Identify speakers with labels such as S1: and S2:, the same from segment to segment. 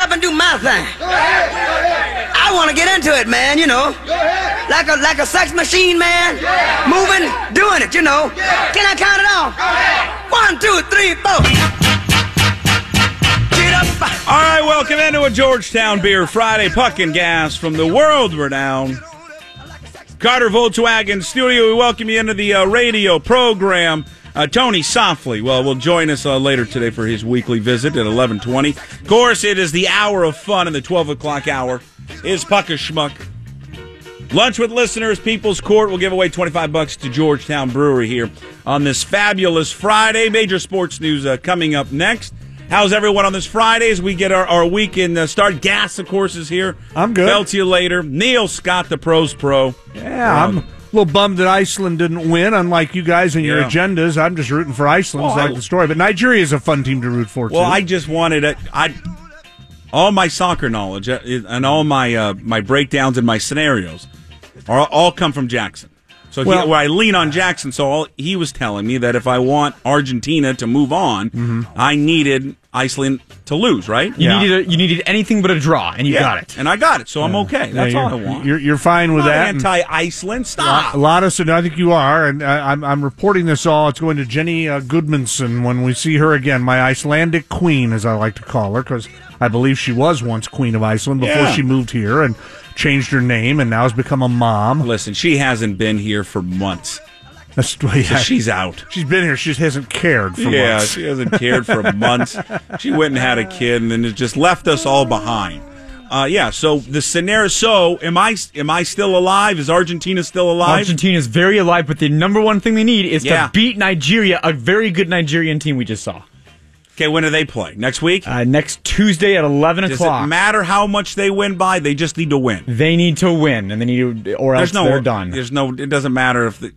S1: up and do my thing. I want to get into it, man, you know. Like a like a sex machine, man. Moving, doing it, you know. Can I count it off? One, two, three, four. Get up.
S2: All right, welcome into a Georgetown Beer Friday puck and gas from the world renowned Carter Volkswagen Studio. We welcome you into the uh, radio program. Uh, Tony Softly, well, will join us uh, later today for his weekly visit at eleven twenty. Of course, it is the hour of fun, and the twelve o'clock hour is Puck and Schmuck. Lunch with listeners, People's Court will give away 25 bucks to Georgetown Brewery here on this fabulous Friday. Major sports news uh, coming up next. How's everyone on this Friday as we get our, our weekend uh, start? Gas, of course, is here.
S3: I'm good.
S2: Belt you later. Neil Scott, the pros pro.
S3: Yeah,
S2: Um,
S3: I'm a little bummed that Iceland didn't win. Unlike you guys and your
S2: Yeah.
S3: agendas, I'm just rooting for Iceland.
S2: Oh,
S3: It's
S2: I-
S3: like the story, but Nigeria is a fun team to root for.
S2: Well,
S3: too.
S2: I just wanted a, I all my soccer knowledge uh, is- and all my uh, my breakdowns and my scenarios are all come from Jackson. So he-
S3: Well-
S2: where I lean on Jackson, so all, he was telling me that if I want Argentina to move on,
S3: Mm-hmm.
S2: I needed Iceland to lose, right?
S4: You
S3: Yeah.
S4: needed a, you needed anything but a draw, and you
S2: Yeah.
S4: got it.
S2: and I got it, so I'm okay. That's
S3: Yeah,
S2: all I
S3: you're-
S2: want. Ah.
S3: You're, you're fine with
S2: Not
S3: that. and-
S2: anti-Iceland. Stop.
S3: A lot of I think you are, and I, I'm, I'm reporting this all. It's going to Jenny uh, Goodmanson when we see her again, my Icelandic queen, as I like to call her, because I believe she was once queen of Iceland before
S2: Yeah.
S3: she moved here and changed her name, and now has become a mom.
S2: Listen, she hasn't been here for months.
S3: That's yeah.
S2: She's out.
S3: she's been here. She just hasn't cared for
S2: yeah,
S3: months.
S2: she hasn't cared for months. She went and had a kid, and then it just left us all behind. Uh, yeah. So the scenario. So am I? Am I still alive? Is Argentina still alive?
S4: Argentina is very alive, but the number one thing they need is
S2: Yeah.
S4: to beat Nigeria, a very good Nigerian team we just saw.
S2: okay. When do they play? Next week.
S4: Uh, next Tuesday at eleven
S2: Does
S4: o'clock.
S2: it matter how much they win by? They just need to win.
S4: They need to win, and they need to, or else
S2: There's no.
S4: they're done.
S2: There's no. It doesn't matter if the,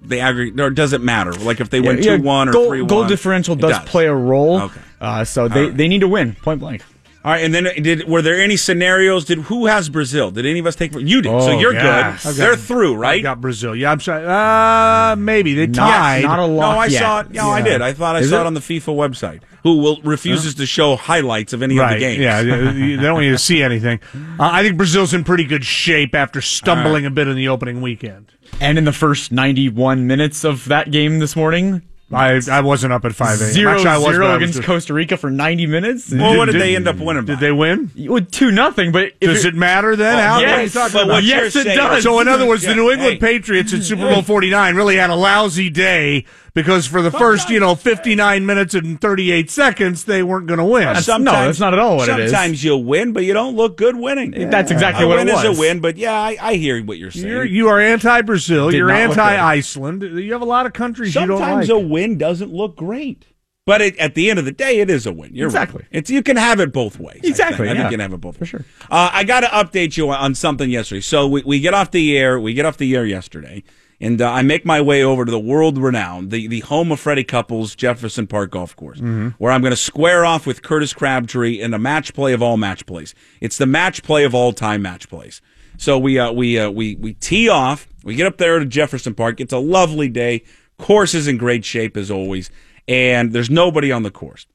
S2: they aggregate. Or does it matter? Like if they win
S4: Yeah,
S2: two one or
S4: goal,
S2: three one.
S4: goal differential
S2: It
S4: does, play a role.
S2: Okay.
S4: Uh, so they,
S2: right.
S4: they need to win, point blank.
S2: All right, and then did were there any scenarios? Did who has Brazil? Did any of us take? You did, so
S4: Oh,
S2: you're
S3: yes.
S2: good.
S3: I've got-
S2: They're through,
S3: I
S2: right?
S3: got Brazil. Yeah, I'm sorry. Uh, maybe they
S4: Not-
S3: tied.
S4: not a lot.
S2: No, I
S4: yet.
S2: saw it. No, I
S4: Yeah.
S2: did. I thought I
S4: Is
S2: saw it?
S4: it?
S2: on the FIFA website. Who will refuses to show highlights of any of
S3: Right.
S2: the games?
S3: Yeah, yeah, you- they don't want you to see anything. Uh, I think Brazil's in pretty good shape after stumbling a bit in the opening weekend.
S4: And in the first 91 minutes of that game this morning,
S3: I I wasn't up at five a.m.
S4: zero
S3: Actually, I was, but I
S4: zero
S3: was
S4: against
S3: just-
S4: Costa Rica for 90 minutes.
S2: Well, what did,
S3: Did-
S2: they end up winning?
S3: Did
S2: by?
S3: they win?
S4: With two nothing, but if
S3: Does it matter then?
S2: Oh,
S3: How
S2: yeah.
S3: what are you
S4: Yes,
S3: talking
S2: But
S3: about?
S2: what
S4: yes,
S2: you're
S4: it
S2: saying-
S4: does.
S3: So in other words,
S2: Yeah,
S3: the New England
S2: hey.
S3: Patriots in Super Bowl Forty Nine really had a lousy day because for the first you know fifty nine minutes and thirty eight seconds they weren't going to win.
S4: That's- no, that's not at all what it is.
S2: Sometimes you win, but you don't look good winning.
S4: That's exactly
S2: a
S4: what
S2: win
S4: it
S2: is
S4: was.
S2: a win, but yeah, I, I hear what you're saying.
S3: You're, you are anti Brazil.
S4: Did
S3: You're
S4: not look good.
S3: anti Iceland. You have a lot of countries you don't like.
S2: Sometimes a win doesn't look great. But it, at the end of the day, it is a win. You're right.
S4: Exactly.
S2: It's you can have it both ways. I think.
S4: Exactly,
S2: I think,
S4: yeah.
S2: you can have it both
S4: For sure.
S2: Uh, I got to update you on something yesterday. So we, we get off the air. We get off the air yesterday, and uh, I make my way over to the world renowned, the the home of Freddie Couples Jefferson Park Golf Course,
S4: Mm-hmm.
S2: where I'm going to square off with Curtis Crabtree in a match play of all match plays. It's the match play of all time match plays. So we uh, we uh, we we tee off. We get up there to Jefferson Park. It's a lovely day. Course is in great shape as always, and there's nobody on the course.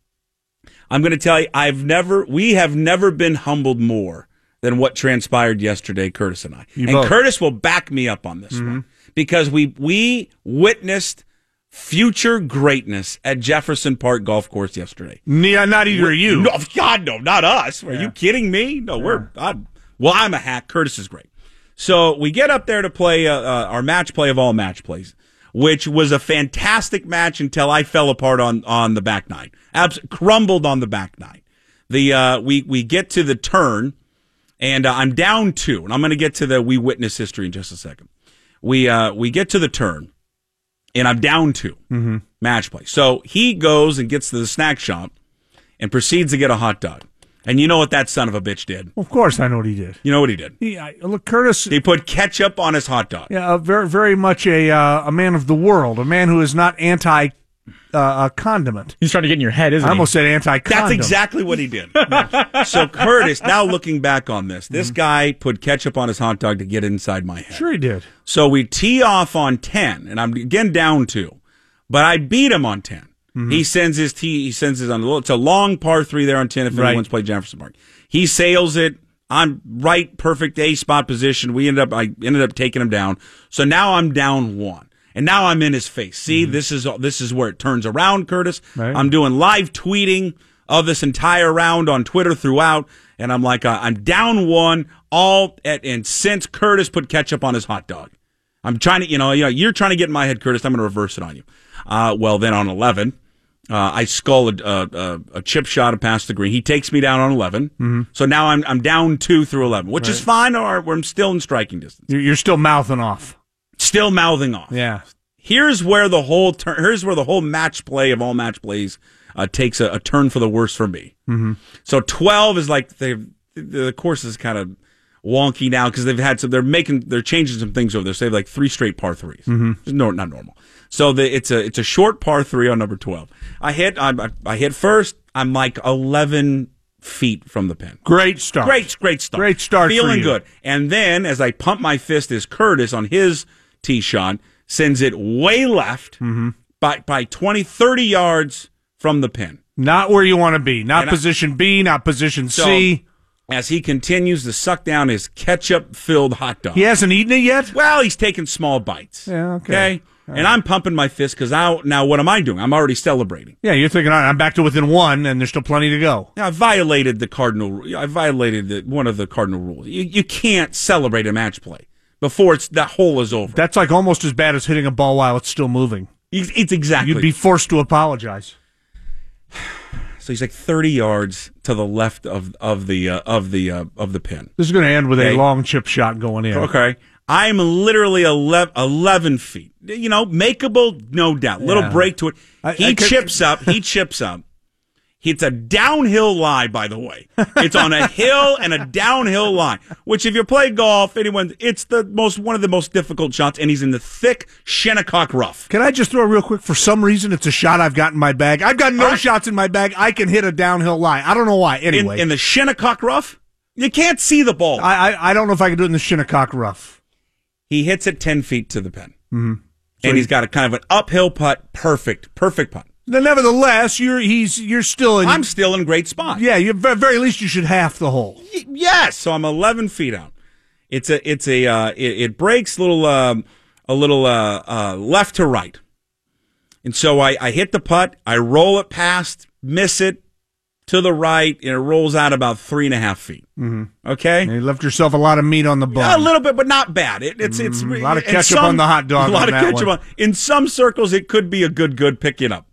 S2: I'm going to tell you, I've never, we have never been humbled more than what transpired yesterday, Curtis and I. and
S3: both.
S2: Curtis will back me up on this one because we we witnessed future greatness at Jefferson Park Golf Course yesterday.
S3: Yeah, uh, not either of you.
S2: No, God, no, not us. Are you kidding me? No, we're. i well, I'm a hack. Curtis is great. So we get up there to play uh, uh, our match play of all match plays, which was a fantastic match until I fell apart on on the back nine. Abs- crumbled on the back nine. The uh, we we get to the turn, and uh, I'm down two, and I'm going to get to the we witness history in just a second. We uh, we get to the turn, and I'm down 2 match play. So he goes and gets to the snack shop and proceeds to get a hot dog. And you know what that son of a bitch did?
S3: Of course, I know what he did.
S2: You know what he did?
S3: He, I, look, Curtis,
S2: He put ketchup on his hot dog.
S3: yeah, a very, very much a uh, a man of the world, a man who is not anti uh, uh, condiment.
S4: He's trying to get in your head, isn't
S3: I
S4: he?
S3: almost said anti condom.
S2: That's exactly what he did. so Curtis, now looking back on this, this guy put ketchup on his hot dog to get inside my head.
S3: Sure, he did.
S2: So we tee off on 10, and I'm again down two, but I beat him on
S3: Mm-hmm.
S2: 10. He sends his tee, he sends his on the, it's a long par three there on 10 if
S3: Right.
S2: anyone's played Jefferson Park. He sails it. I'm right, perfect A spot position. We ended up, I ended up taking him down. So now I'm down one. And now I'm in his face. See, this is this is where it turns around, Curtis.
S3: Mm-hmm. Right.
S2: I'm doing live tweeting of this entire round on Twitter throughout, and I'm like, uh, I'm down one. All at, and since Curtis put ketchup on his hot dog, I'm trying to, you know, you know, you're trying to get in my head, Curtis. I'm going to reverse it on you. Uh, well, then on 11, uh, I skull a, a, a, a chip shot past the green. He takes me down on 11. Mm-hmm. So now I'm I'm down two through 11, which is fine. Or I'm still in striking distance,
S3: You're you're still mouthing off.
S2: still mouthing off
S3: Yeah.
S2: here's where the whole turn here's where the whole match play of all match plays uh, takes a, a turn for the worse for me. Mm-hmm. So twelve is like they the course is kind of wonky now because they've had some they're making they're changing some things over there. So they have like three straight par 3s No, not normal. So the, it's a it's a short par three on number twelve. I hit I, I- I hit first. I'm like eleven feet from the pin.
S3: Great start.
S2: Great, great start.
S3: Great start for
S2: Feeling
S3: you.
S2: good. And then as I pump my fist as Curtis on his tee shot, sends it way left
S3: Mm-hmm.
S2: by, by 20, 30 yards from the pin.
S3: Not where you want to be. Not
S2: And I-
S3: position B, not position C.
S2: As he continues to suck down his ketchup filled hot dog.
S3: He hasn't eaten it yet?
S2: Well, he's taking small bites.
S3: Yeah, okay.
S2: And I'm pumping my fist because now, now what am I doing? I'm already celebrating.
S3: Yeah, you're thinking, "All right, I'm back to within one, and there's still plenty to go.
S2: Now, I violated the cardinal. ru- I violated the, one of the cardinal rules. You, you can't celebrate a match play before it's that hole is over.
S3: That's like almost as bad as hitting a ball while it's still moving.
S2: It's it's exactly.
S3: You'd be forced to apologize.
S2: so he's like thirty yards to the left of of the uh, of the uh, of the pin.
S3: This is going to end with
S2: Hey.
S3: a long chip shot going in.
S2: Okay, I'm literally 11, 11 feet. You know, makeable, no doubt. Little
S3: Yeah.
S2: break to it.
S3: I-
S2: he
S3: I could-
S2: chips up. He chips up. It's a downhill lie, by the way. It's on a hill and a downhill lie. Which, if you play golf, anyone, it's the most one of the most difficult shots. And he's in the thick Shinnecock rough.
S3: Can I just throw real quick? For some reason, it's a shot I've got in my bag. I've got no
S2: All right.
S3: shots in my bag. I can hit a downhill lie. I don't know why.
S2: In,
S3: Anyway,
S2: in the Shinnecock rough, you can't see the ball.
S3: I, I I don't know if I can do it in the Shinnecock rough.
S2: he hits it 10 feet to the pen. Mm-hmm. and he's got a kind of an uphill putt. Perfect, perfect putt.
S3: Now, nevertheless, you're he's you're still in.
S2: I'm still in great spot.
S3: yeah, you at very least you should half the hole.
S2: Y- yes. So I'm 11 feet out. It's a, it's a, uh, it, it breaks little, um, a little, uh, uh, left to right. And so I, I hit the putt. I roll it past, miss it to the right, and it rolls out about three and a half feet. Mm-hmm. Okay.
S3: And you left yourself a lot of meat on the bone.
S2: A little bit, but not bad. It, it's it's
S3: Mm, a lot of
S2: in
S3: ketchup on the hot dog
S2: A lot
S3: on
S2: of
S3: that
S2: ketchup
S3: one.
S2: on. In some circles, it could be a good good picking up,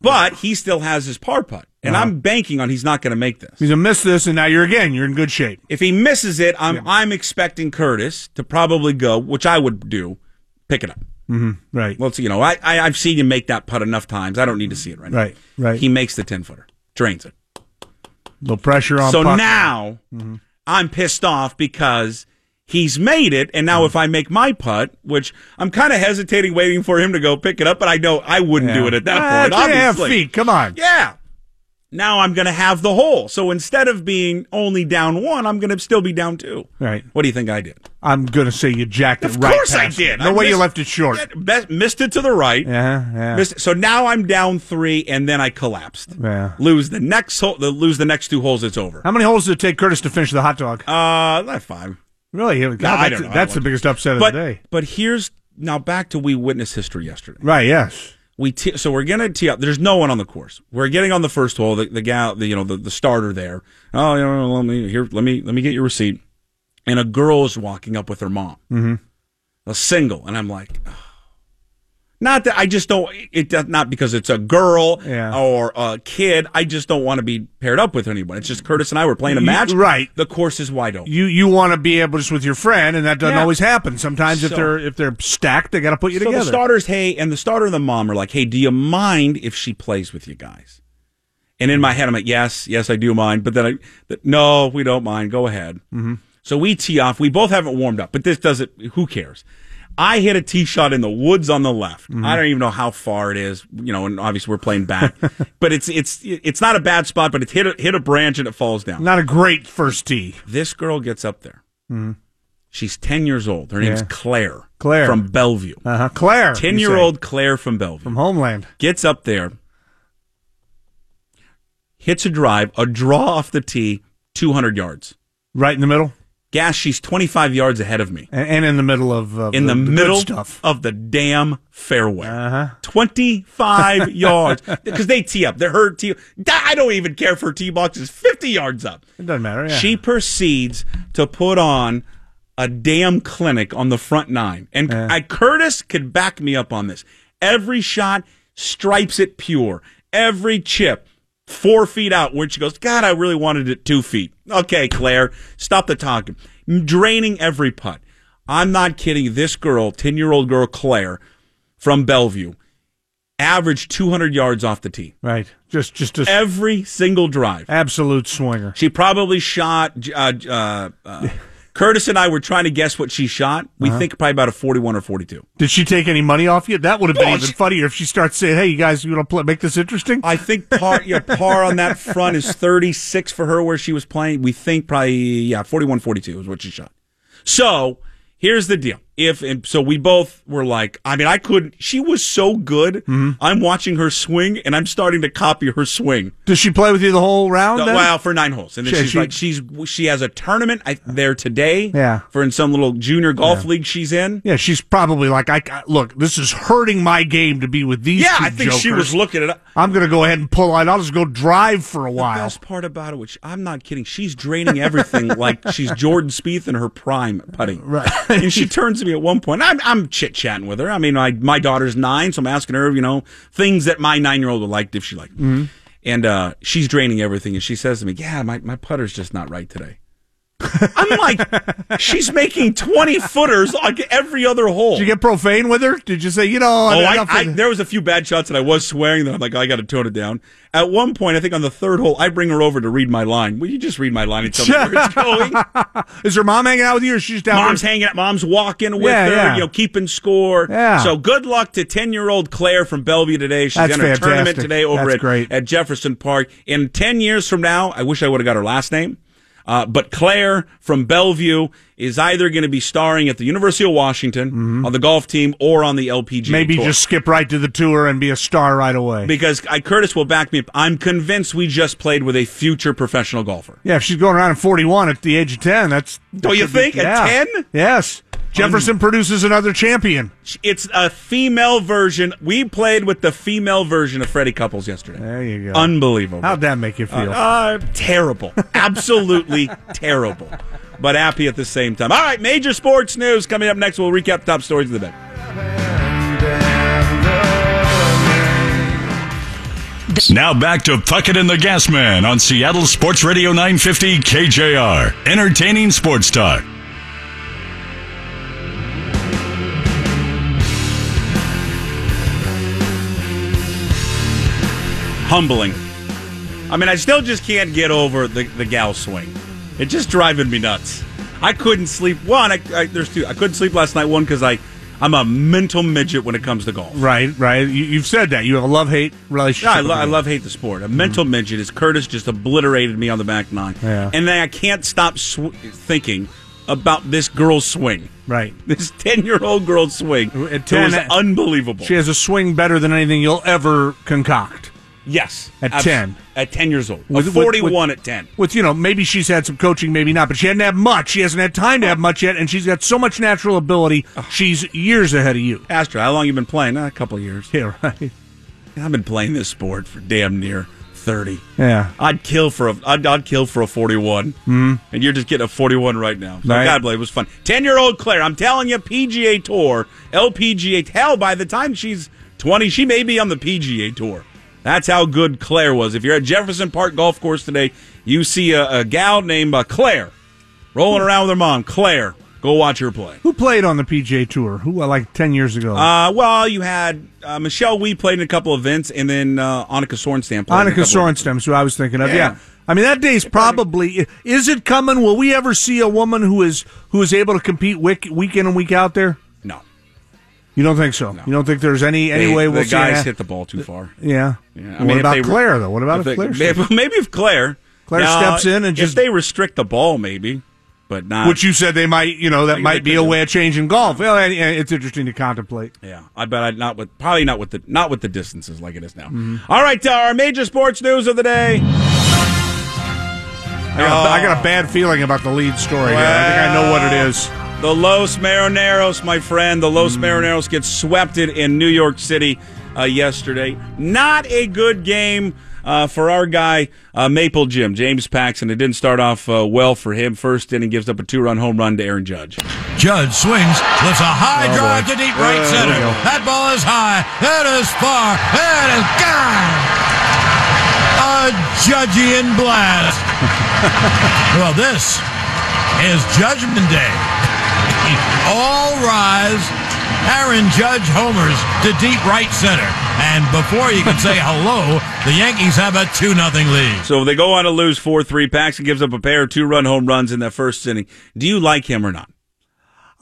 S2: but he still has his par putt, and I'm banking on he's not going to make this.
S3: Uh-huh. He's gonna miss this, and now you're again. You're in good shape.
S2: If he misses it, I'm I'm expecting Curtis to probably go, which I would do, pick it up.
S3: Right.
S2: Let's you know, I, I I've seen you make that putt enough times. I don't need to see it right,
S3: Right,
S2: now.
S3: right.
S2: He makes the ten footer, drains it.
S3: No pressure on.
S2: So
S3: puck.
S2: now
S3: Mm-hmm.
S2: I'm pissed off because he's made it, and
S3: Mm-hmm.
S2: now if I make my putt, which I'm kind of hesitating, waiting for him to go pick it up, but I know I wouldn't do it at that
S3: Ah,
S2: point.
S3: three and a half
S2: obviously.
S3: feet. Come on.
S2: Yeah. Now I'm going to have the hole. So instead of being only down one, I'm going to still be down two.
S3: Right.
S2: What do you think I did?
S3: I'm gonna say you jacked it
S2: Of
S3: right.
S2: course I
S3: past
S2: did.
S3: him. No
S2: I
S3: way you
S2: missed-
S3: left it short.
S2: Yeah, best- missed it to the right.
S3: Yeah, yeah.
S2: Missed- so now I'm down three, and then I collapsed.
S3: Yeah.
S2: Lose the next hole. the- Lose the next two holes. It's over.
S3: How many holes did it take Curtis to finish the hot dog?
S2: Uh, five.
S3: really? God,
S2: I
S3: that's
S2: don't know. I
S3: that's the
S2: don't-
S3: biggest upset
S2: but,
S3: of the day.
S2: But here's now back to we witnessed history yesterday.
S3: Right? Yes.
S2: We tee so we're gonna tee up. There's no one on the course. We're getting on the first hole. The, the gal, the, you know, the, the starter there. Oh, you know, let me here. Let me let me get your receipt. And a girl is walking up with her mom, mm-hmm. a single, and I'm like. "Oh." Not that I just don't. It does not because it's a girl
S3: Yeah.
S2: or a kid. I just don't want to be paired up with anyone. It's just Curtis and I were playing a
S3: You-
S2: match.
S3: right.
S2: The course is wide open.
S3: You you want to be able just with your friend, and that doesn't
S2: Yeah.
S3: always happen. Sometimes if
S2: So-
S3: they're if they're stacked, they got to put you
S2: so
S3: together.
S2: the starters, hey, and the starter and the mom are like, hey, do you mind if she plays with you guys? And in my head, I'm like, yes, yes, I do mind. But then I, th- no, we don't mind. Go ahead. Mm-hmm. So we tee off. We both haven't warmed up, but this doesn't, who cares? I hit a tee shot in the woods on the left.
S3: Mm-hmm.
S2: I don't even know how far it is, you know, and obviously we're playing back, but it's, it's, it's not a bad spot, but it hit a, hit a branch and it falls down
S3: Not a great first tee.
S2: this girl gets up there. She's 10 years old. Her name's
S3: Mm-hmm. Yeah.
S2: Claire.
S3: Claire.
S2: From Bellevue.
S3: Uh huh. Claire, you
S2: 10 year old Claire from Bellevue.
S3: say, from Homeland.
S2: gets up there, hits a drive, a draw off the tee, 200 yards.
S3: Right in the middle,
S2: Gas, she's 25 yards ahead of me
S3: A- and, in the middle of uh,
S2: in the,
S3: good
S2: middle
S3: stuff.
S2: of the damn fairway. Uh-huh. 25 yards. Because they tee up. They're her tee. I don't even care for tee box is 50 yards up.
S3: It doesn't matter. Yeah.
S2: She proceeds to put on a damn clinic on the front nine. And I, Curtis could back me up on this. Every shot stripes it pure. Every chip, four feet out, where she goes, God, I really wanted it two feet. Okay, Claire, stop the talking. Draining every putt. I'm not kidding. This girl, 10 year old girl, Claire from Bellevue, averaged 200 yards off the tee
S3: right. Just just a
S2: every single drive.
S3: absolute swinger.
S2: She probably shot. Uh, uh, uh, Curtis and I were trying to guess what she shot. We think probably about a 41 or 42.
S3: Did she take any money off you? That would have been
S2: Oh,
S3: even
S2: she-
S3: funnier if she starts saying, "Hey, you guys, you want to play, make this interesting?"
S2: I think par, yeah, par on that front is 36 for her where she was playing. We think probably, yeah, 41, 42 is what she shot. So here's the deal. If, and so we both were like, I mean, I couldn't, she was so good. I'm watching her swing and I'm starting to copy her swing.
S3: Does she play with you the whole round?
S2: No,
S3: then?
S2: well, for nine holes, and then
S3: She-
S2: she's
S3: she-
S2: like, she's she has a tournament I, there today.
S3: Yeah.
S2: for in some little junior golf league she's in.
S3: Yeah, she's probably like, I, I- look, this is hurting my game to be with these.
S2: Yeah,
S3: two
S2: I think she
S3: jokers.
S2: was looking it up.
S3: I'm gonna go ahead and pull out. I'll just go drive for a while.
S2: Best part about it, which I'm not kidding, she's draining everything like she's Jordan Spieth in her prime putting. Right. and she turns to me at one point. I'm, I'm chit chatting with her. I mean, my my daughter's nine, so I'm asking her, you know, things that my nine year old would like if she liked.
S3: Mm-hmm.
S2: And uh, she's draining everything, and she says to me, "Yeah, my my putter's just not right today." I'm like, she's making 20 footers like every other hole.
S3: Did you get profane with her? Did you say, you know,
S2: Oh,
S3: I'm
S2: I,
S3: not
S2: I,
S3: for-
S2: there was a few bad shots that I was swearing that I'm like, I got to tone it down. At one point, I think on the third hole, I bring her over to read my line. Will you just read my line and tell me where it's going?
S3: is her mom hanging out with you, or she's down?
S2: Mom's
S3: there?
S2: hanging out. Mom's walking with
S3: Yeah,
S2: her,
S3: yeah.
S2: you know, keeping score.
S3: Yeah.
S2: So good luck to 10 year old Claire from Bellevue today. She's
S3: That's
S2: in her tournament
S3: fantastic.
S2: today over
S3: That's
S2: at,
S3: great.
S2: at Jefferson Park. In 10 years from now, I wish I would have got her last name. Uh, but Claire from Bellevue is either going to be starring at the University of Washington on the golf team or on the LPGA.
S3: Mm-hmm. Maybe
S2: Tour.
S3: just skip right to the tour and be a star right away.
S2: because I, Curtis will back me up. I'm convinced we just played with a future professional golfer.
S3: yeah, if she's going around at 41 at the age of 10, that's
S2: Don't you think? At
S3: yeah.
S2: 10?
S3: Yes, Jefferson produces another champion.
S2: It's a female version. We played with the female version of Freddie Couples yesterday.
S3: There you go.
S2: Unbelievable.
S3: How'd that make you feel?
S2: Uh, terrible. Absolutely terrible. But happy at the same time. All right, major sports news coming up next. We'll recap top stories of the day.
S5: Now back to Puckett and the Gas Man on Seattle Sports Radio 950 KJR. Entertaining sports talk.
S2: Humbling. I mean, I still just can't get over the, the gal swing. It's just driving me nuts. I couldn't sleep. One, I, I, there's two. I couldn't sleep last night. One, because I I'm a mental midget when it comes to golf.
S3: right, right. You, you've said that. You have a love hate
S2: No,
S3: relationship.
S2: I, lo-
S3: with
S2: I
S3: it.
S2: love hate the sport. A mental midget is Curtis just obliterated me on the back nine,
S3: Yeah.
S2: and then I can't stop sw- thinking about this girl's swing.
S3: Right.
S2: This ten year old girl's swing.
S3: At
S2: it was
S3: 10,
S2: unbelievable.
S3: She has a swing better than anything you'll ever concoct.
S2: yes,
S3: At
S2: Abs-
S3: 10.
S2: At ten years old.
S3: With-
S2: a
S3: with-
S2: forty one
S3: with-
S2: at ten.
S3: With you know, maybe she's had some coaching, maybe not, but she hadn't had much. She hasn't had time to have much yet, and she's got so much natural ability. She's years ahead of you.
S2: Astro, how long you been playing? Uh, a couple of years.
S3: Yeah, right.
S2: I've been playing this sport for damn near thirty.
S3: Yeah. Hmm.
S2: I'd kill for a I'd, I'd kill for a 41, mm. and you're just getting a 41 right now. So
S3: Right.
S2: God bless, it was fun. Ten year old Claire, I'm telling you, PGA Tour, LPGA. Hell, by the time she's 20, she may be on the PGA Tour. That's how good Claire was. If you're at Jefferson Park Golf Course today, you see a, a gal named uh, Claire rolling around with her mom. Claire, go watch her play.
S3: Who played on the PJ Tour? Who uh, like ten years ago?
S2: Uh, well, you had uh, Michelle Wee played in a couple events, and then uh, Annika Sorenstam. Played in a
S3: Annika
S2: couple
S3: Sorenstam is who I was thinking of. Yeah.
S2: Yeah.
S3: I mean that day's probably is it coming? Will we ever see a woman who is who is able to compete week, week in and week out there?
S2: No,
S3: You don't think so? You don't think there's any any
S2: They-
S3: way
S2: the
S3: we'll see an
S2: guys
S3: a-
S2: hit the ball too far.
S3: Yeah.
S2: Yeah, I
S3: what
S2: mean, if
S3: about
S2: they-
S3: Claire though? What about if,
S2: they-
S3: Claire?
S2: Maybe, maybe if Claire,
S3: Claire steps in and
S2: if
S3: just-
S2: they restrict the ball, maybe, but not.
S3: Which you said they might, you know, that
S2: Like,
S3: might
S2: they
S3: be
S2: could
S3: a
S2: do.
S3: way of changing golf. Well, and- and it's interesting to contemplate.
S2: yeah, I bet I not with probably not with the not with the distances
S3: Mm-hmm.
S2: like it is now. All right, uh, our major sports news of the day.
S3: I got, a, I got a bad feeling about the lead story here. I think I know what it is.
S2: The Los Marineros, my friend, the
S6: Mm.
S2: Los Marineros get swept it in New York City uh, yesterday. Not a good game uh, for our guy uh, Maple Jim James Paxton. It didn't start off uh, well for him. First inning gives up a two-run home run to Aaron Judge. Oh,
S6: Judge swings, lifts a high drive to deep right
S3: Uh,
S6: center.
S3: there we go.
S6: That ball is high. That is far. That is gone. A Judgian blast. well, this is Judgment Day. All rise. Aaron Judge homers to deep right center. And before you can say hello, the Yankees have a 2 0 lead.
S2: So they go on to lose four-three. Paxton gives up a pair of two-run home runs in that first inning. Do you like him or not?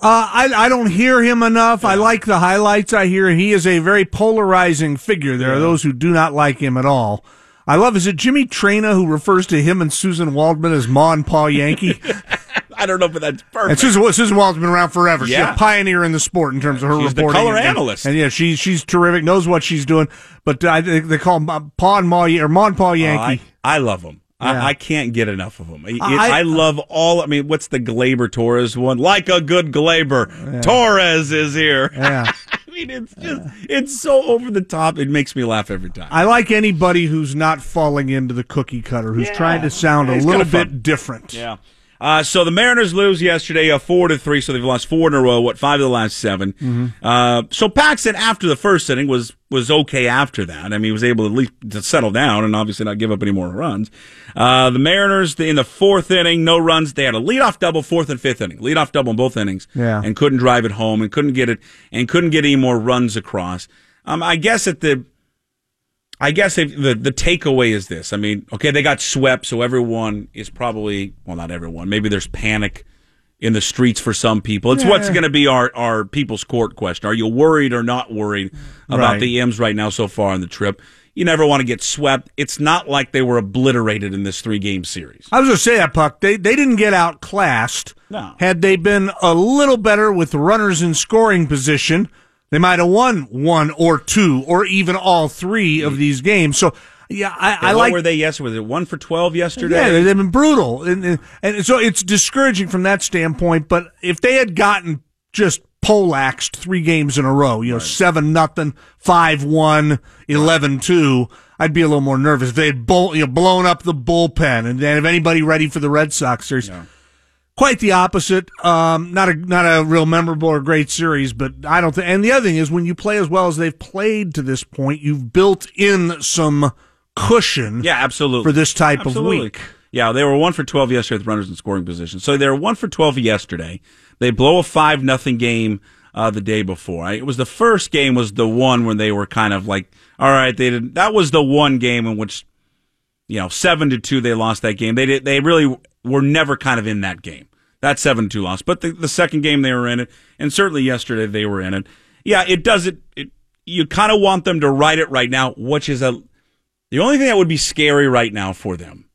S3: Uh, I, I don't hear him enough. I like the highlights I hear. He is a very polarizing figure. There are those who do not like him at all. I love, is it Jimmy Trina who refers to him and Susan Waldman as Ma and Pa Yankee?
S2: I don't know, but that's
S3: and
S2: perfect.
S3: Susan, Susan Waldman's been around forever.
S2: Yeah.
S3: She's a pioneer in the sport in terms of her
S2: She's the
S3: reporting.
S2: color
S3: and-
S2: analyst.
S3: And, yeah, she, she's terrific, knows what she's doing. But I think they call him Ma- Pa and Ma, or Ma and Pa Yankee.
S2: I, I love him.
S3: Yeah.
S2: I, I can't get enough of him. I,
S3: I-
S2: I love all. I mean, what's the Glaber Torres one? Like a good Glaber, Torres is here.
S3: yeah.
S2: I mean, it's just it's so over the top. It makes me laugh every time.
S3: I like anybody who's not falling into the cookie cutter, who's trying to sound a
S2: He's
S3: little
S2: kinda fun.
S3: bit different.
S2: yeah. Uh, so the Mariners lose yesterday, a four to three. So they've lost four in a row. What five of the last 7 Uh, so Paxton, after the first inning, was was okay. After that, I mean, he was able at least to settle down and obviously not give up any more runs. Uh, the Mariners in the fourth inning, no runs. They had a leadoff double, fourth and fifth inning, leadoff double in both innings,
S3: Yeah.
S2: and couldn't drive it home and couldn't get it and couldn't get any more runs across. Um, I guess at the I guess if the the takeaway is this. I mean, okay, they got swept, so everyone is probably well, not everyone. Maybe there's panic in the streets for some people. It's what's going to be our our people's court question. Are you worried or not worried about
S3: Right.
S2: the M's right now so far on the trip? You never want to get swept. It's not like they were obliterated in this three game series.
S3: I was going to say that, Puck. They, they didn't get outclassed.
S2: No.
S3: Had they been a little better with runners in scoring position, they might have won one or two or even all three of these games. So, yeah, I, I
S2: what
S3: like.
S2: were Mm. they yesterday? Was it one for twelve yesterday?
S3: yeah, they- they've been brutal. And, and, and so it's discouraging from that standpoint. But if they had gotten just poleaxed three games in a row, you know, 7 nothing, 5 1, 11 2, I'd be a little more nervous. If they had bull, you know, blown up the bullpen and then if anybody ready for the Red Sox series. Quite the opposite. Um, not a not a real memorable or great series, but I don't think. And the other thing is, when you play as well as they've played to this point, you've built in some cushion.
S2: Yeah, absolutely.
S3: For this type of
S2: Absolutely.
S3: week.
S2: Yeah, they were one for twelve yesterday with runners in scoring position. So they were one for twelve yesterday. They blow a five nothing game uh, the day before. I- It was the first game was the one when they were kind of like, all right, they did. That was the one game in which, you know, seven to two they lost that game. They did. They really were never kind of in that game. That seven two loss. But the, the second game they were in it, and certainly yesterday they were in it. Yeah, it doesn't. It, you kind of want them to ride it right now, which is a the only thing that would be scary right now for them,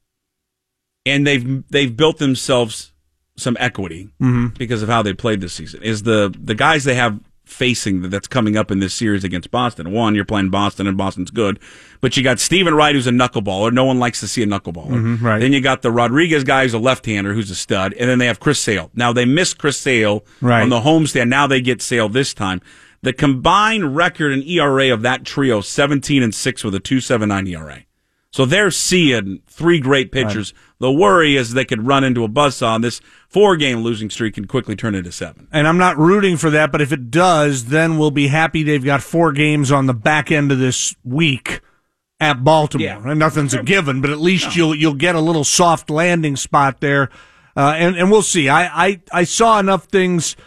S2: and they've they've built themselves some equity because of how they played this season, is the the guys they have facing that that's coming up in this series against Boston. One, you're playing Boston and Boston's good, but you got Steven Wright who's a knuckleballer. No one likes to see a knuckleballer.
S3: right.
S2: Then you got the Rodriguez guy who's a left-hander who's a stud, and then they have Chris Sale. Now they miss Chris Sale
S3: Right.
S2: on the homestand. Now they get Sale this time. The combined record and ERA of that trio, 17 and 6 with E a 2.79 ERA. So they're seeing three great pitchers. The worry is they could run into a buzzsaw and this four game losing streak can quickly turn into seven.
S3: and I'm not rooting for that, but if it does, then we'll be happy they've got four games on the back end of this week at Baltimore.
S2: Yeah.
S3: And nothing's a given, but at least you'll you'll get a little soft landing spot there. Uh, and and we'll see. I I, I saw enough things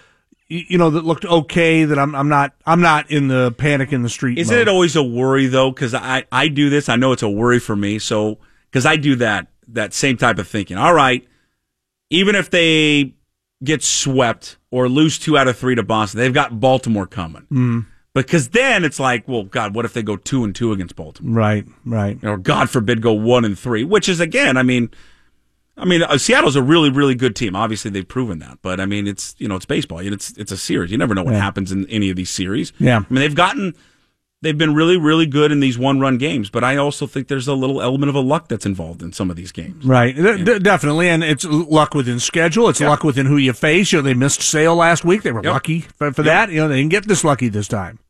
S3: y- you know that looked okay that I'm I'm not I'm not in the panic in the street.
S2: Isn't
S3: mode.
S2: it always a worry though? Because I, I do this. I know it's a worry for me. So, because I do that, that same type of thinking. All right. Even if they get swept or lose two out of three to Boston, they've got Baltimore coming.
S3: Mm.
S2: Because then it's like, well, God, what if they go two and two against Baltimore?
S3: Right, right.
S2: or God forbid, go one and three, which is again, I mean, I mean, uh, Seattle's a really, really good team. Obviously, they've proven that, but I mean, it's you know, it's baseball. It's it's a series. You never know what happens in any of these series.
S3: Yeah.
S2: I mean, they've gotten They've been really, really good in these one run games, but I also think there's a little element of a luck that's involved in some of these games.
S3: Right, De- de- definitely, and it's l- luck within schedule. It's luck within who you face. You know, they missed Sale last week. They were
S2: Yep.
S3: lucky for, for that. You know, they didn't get this lucky this time.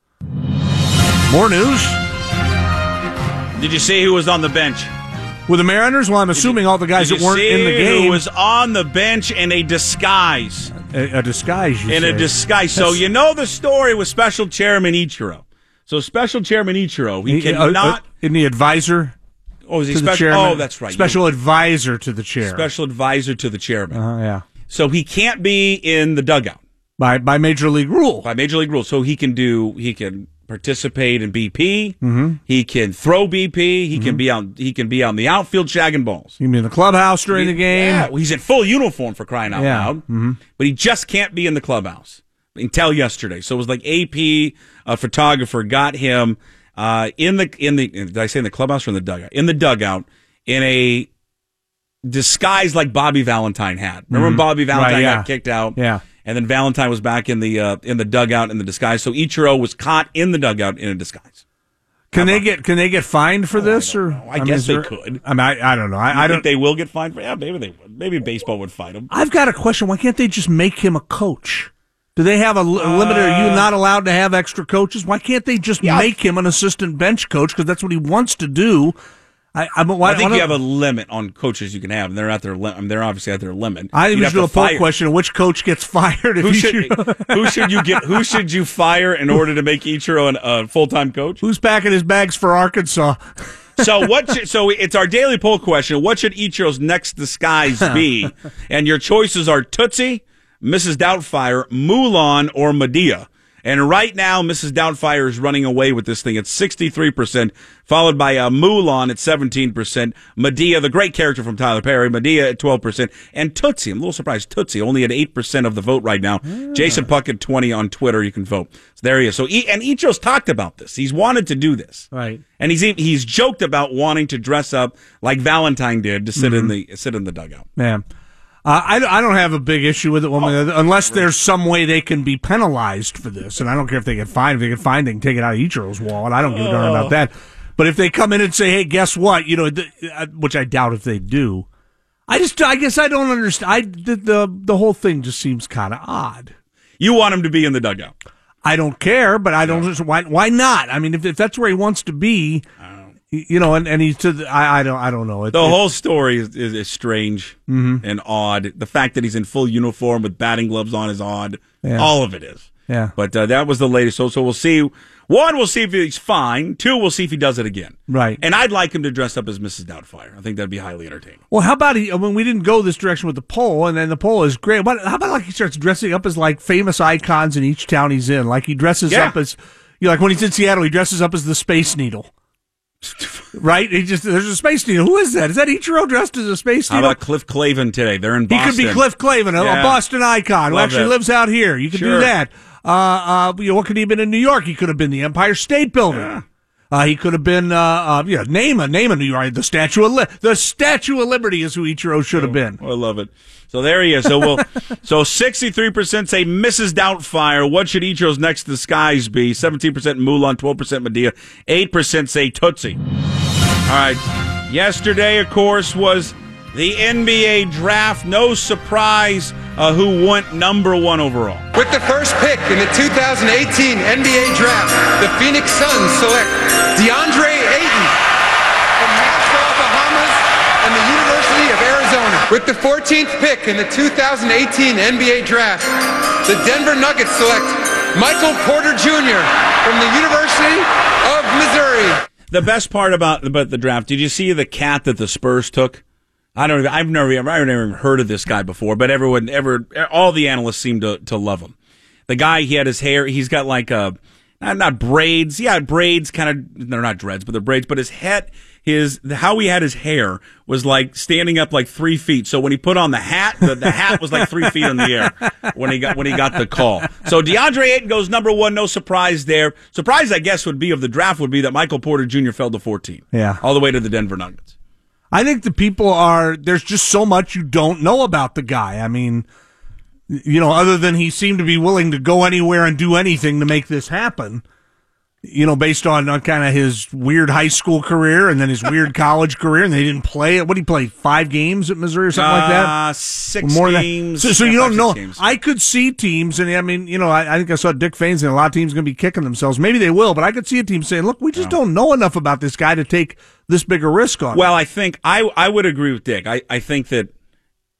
S3: More news
S2: Did you see who was on the bench?
S3: with the Mariners. Well, I'm assuming all the guys
S2: Did
S3: that
S2: you
S3: weren't
S2: see
S3: in the game
S2: who was on the bench in a disguise?
S3: a, a disguise. You
S2: in a
S3: say.
S2: disguise. So you know the story with Special Chairman Ichiro. So Special Chairman Ichiro, he,
S3: He- uh, uh,
S2: cannot.
S3: in the advisor
S2: oh, is he
S3: to the
S2: special?
S3: chairman.
S2: Oh, that's right.
S3: Special advisor to the chair.
S2: You- special advisor to the chairman.
S3: Uh, yeah,
S2: So he can't be in the dugout
S3: by by major league rule.
S2: by Major League rules. So he can do. He can participate in BP.
S3: Mm-hmm.
S2: He can throw BP. He can be on. He can be on the outfield shagging balls.
S3: You mean in the clubhouse during the game?
S2: Yeah, well, he's in full uniform for crying out
S3: Yeah. Mm-hmm.
S2: loud. But he just can't be in the clubhouse until yesterday. So it was like AP a photographer got him uh, in the in the did I say in the clubhouse or in the dugout? In the dugout in a disguise like Bobby Valentine had. Remember when Bobby Valentine
S3: Mm-hmm. Right, yeah.
S2: got kicked out?
S3: Yeah.
S2: And then Valentine was back in the uh, in the dugout in the disguise. So Ichiro was caught in the dugout in a disguise.
S3: Can they get can they get fined for this? or
S2: Oh, I guess
S3: is
S2: they could.
S3: I mean, I, I don't know. I, I
S2: I
S3: don't.
S2: think they will get fined for. Yeah, maybe they would. Maybe baseball would fight him.
S3: I've got a question. Why can't they just make him a coach? Do they have a, li- a limit? Are
S2: Uh.
S3: you not allowed to have extra coaches? Why can't they just make him an assistant bench coach? Because that's what he wants to do. I, I, mean, why,
S2: I think
S3: why
S2: you
S3: don't-
S2: have a limit on coaches you can have, and they're at their lim- I mean, they're obviously at their limit.
S3: I
S2: You'd
S3: think we
S2: have
S3: should do
S2: to
S3: a poll
S2: fire-
S3: question: Which coach gets fired? If
S2: Who
S3: he
S2: should
S3: shoot-
S2: who should you get? Who should you fire in order to make Ichiro a uh, full time coach?
S3: Who's packing his bags for Arkansas?
S2: So what? Should, so it's our daily poll question. What should Ichiro's next disguise be? and your choices are Tootsie, Mrs. Doubtfire, Mulan, or Medea. And right now, Mrs. Doubtfire is running away with this thing at 63%, followed by uh, Mulan at 17%, Medea, the great character from Tyler Perry, Medea at 12%, and Tootsie. I'm a little surprised. Tootsie only at 8% of the vote right now. Jason Puckett, 20 on Twitter. You can vote. So there he is. So, I- and Ichiro's talked about this. He's wanted to do this.
S3: Right.
S2: And he's even, he's joked about wanting to dress up like Valentine did to sit in
S3: Mm-hmm.
S2: the sit in the dugout.
S3: Man, uh, I, I don't have a big issue with it one way or the other, unless there's some way they can be penalized for this. And I don't care if they get fined. If they get fined, they can take it out of Ichiro's wallet. I don't give a darn about that. But if they come in and say, "Hey, guess what?" You know, th- uh, which I doubt if they do. I just, I guess, I don't understand. I the the, the whole thing just seems kind of odd.
S2: You want him to be in the dugout.
S3: I don't care, but I don't. Just, why? Why not? I mean, if, if that's where he wants to be, y- you know, and, and he's to the, I, I don't. I don't know. It,
S2: The
S3: it-
S2: whole story is, is, is strange
S3: Mm-hmm.
S2: and odd. The fact that he's in full uniform with batting gloves on is odd. All of it is.
S3: Yeah.
S2: But uh, that was the latest. So, so we'll see. One, we'll see if he's fine. Two, we'll see if he does it again.
S3: Right.
S2: And I'd like him to dress up as Mrs. Doubtfire. I think that'd be highly entertaining.
S3: Well, how about he? I mean, we didn't go this direction with the poll, and then the poll is great. What? How about like he starts dressing up as like famous icons in each town he's in? Like he dresses
S2: Yeah.
S3: up as, you know, like when he's in Seattle, he dresses up as the Space Needle. right? He just there's a Space Needle. Who is that? Is that Ichiro dressed as a Space
S2: How
S3: Needle?
S2: about Cliff Clavin today? They're in
S3: he
S2: Boston.
S3: could be Cliff Clavin, a, a
S2: Yeah.
S3: Boston icon who
S2: Love
S3: actually
S2: that.
S3: lives out here. You could do
S2: Sure.
S3: that. Uh, uh, you know, what could he have been in New York? He could have been the Empire State Building. Uh, he could have been, uh, uh, yeah, name a name a New York. The Statue of Li- the Statue of Liberty is who Ichiro should have been.
S2: Oh, I love it. So there he is. So we'll, so sixty three percent say Mrs. Doubtfire. What should Ichiro's next disguise be? Seventeen percent Mulan, twelve percent Medea, eight percent say Tootsie. All right. Yesterday, of course, was the NBA draft. No surprise uh, who went number one overall.
S7: With the first pick in the 2018 NBA Draft, the Phoenix Suns select DeAndre Ayton from Nassau, Bahamas, and the University of Arizona. With the 14th pick in the 2018 NBA Draft, the Denver Nuggets select Michael Porter Jr. from the University of Missouri.
S2: The best part about about the draft, did you see the cat that the Spurs took? I don't. Even, I've never. I've never even heard of this guy before. But everyone, ever, all the analysts seem to to love him. The guy, he had his hair. He's got like a not, not braids. Yeah, braids. Kind of. They're not dreads, but they're braids. But his head, his how he had his hair was like standing up like three feet. So when he put on the hat, the, the hat was like three feet in the air when he got when he got the call. So DeAndre Ayton goes number one. No surprise there. Surprise, I guess, would be of the draft would be that Michael Porter Jr. fell to fourteen.
S3: Yeah.
S2: all the way to the Denver Nuggets.
S3: I think the people are there's just so much you don't know about the guy. I mean, you know, other than he seemed to be willing to go anywhere and do anything to make this happen. you know, based on, on kind of his weird high school career and then his weird college career, and they didn't play it. What did he play? Five games at Missouri or something like that?
S2: Uh, six
S3: More than
S2: games.
S3: So, so
S2: Yeah,
S3: you
S2: five,
S3: don't
S2: six
S3: know.
S2: games.
S3: I could see teams, and I mean, you know, I, I think I saw Dick Fain saying a lot of teams going to be kicking themselves. Maybe they will, but I could see a team saying, "Look, we just don't know enough about this guy to take this bigger risk on."
S2: Well, I think I I would agree with Dick. I, I think that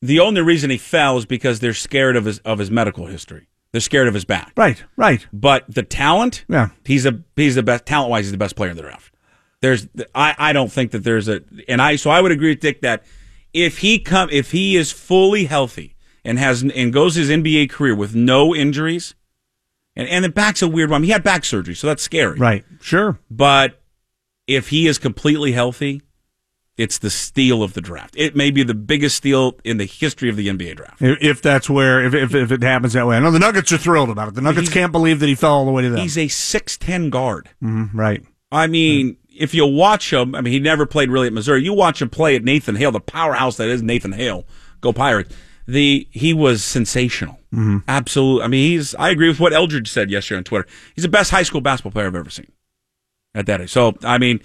S2: the only reason he fell is because they're scared of his of his medical history. They're scared of his back.
S3: right, right.
S2: But the talent,
S3: Yeah.
S2: he's a he's the best talent wise. He's the best player in the draft. There's I I don't think that there's a and I so I would agree with Dick that if he come if he is fully healthy and has and goes his NBA career with no injuries. And, and the back's a weird one. He had back surgery, so that's scary.
S3: Right, sure.
S2: But if he is completely healthy, it's the steal of the draft. It may be the biggest steal in the history of the NBA draft.
S3: If, if that's where, if, if if it happens that way, I know the Nuggets are thrilled about it. The Nuggets
S2: He's-
S3: can't believe that he fell all the way to them.
S2: He's a 6'10 guard.
S3: Mhm, right.
S2: I mean, if you watch him, I mean, he never played really at Missouri. You watch him play at Nathan Hale, the powerhouse that is Nathan Hale. Go Pirates. The he was sensational. Absolutely. I mean, he's. I agree with what Eldridge said yesterday on Twitter. He's the best high school basketball player I've ever seen at that age. So I mean,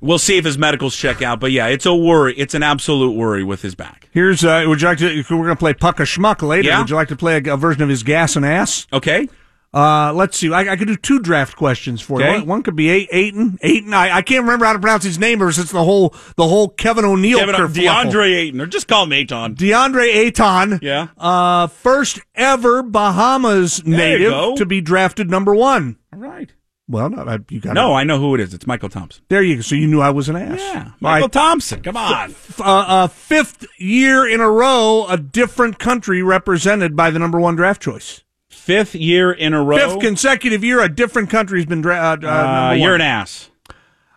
S2: we'll see if his medicals check out. But yeah, it's a worry. It's an absolute worry with his back.
S3: Here's uh, would you like to? We're gonna play Puck a Schmuck later.
S2: Yeah.
S3: Would you like to play a, a version of his gas and ass?
S2: Okay.
S3: Uh, let's see. I, I could do two draft questions for you.
S2: Okay.
S3: One, one could be A- Aiton. Aiton. I, I can't remember how to pronounce his name ever since the whole the whole Kevin O'Neal.
S2: Give it up,
S3: kerfluffle.
S2: uh, DeAndre Ayton, or just call him Ayton.
S3: DeAndre Aiton.
S2: Yeah.
S3: Uh, first ever Bahamas
S2: you go.
S3: native to be drafted number one.
S2: All right.
S3: Well, no, I, you got
S2: No,
S3: It.
S2: I know who it is. It's Michael Thompson.
S3: There you go. So you knew I was an ass.
S2: Yeah,
S3: All right.
S2: Michael Thompson. Come on.
S3: F- uh, uh, fifth year in a row, a different country represented by the number one draft choice.
S2: Fifth year in a row.
S3: Fifth consecutive year, a different country's been drafted. Uh,
S2: Uh,
S3: number
S2: you're an
S3: one.
S2: ass.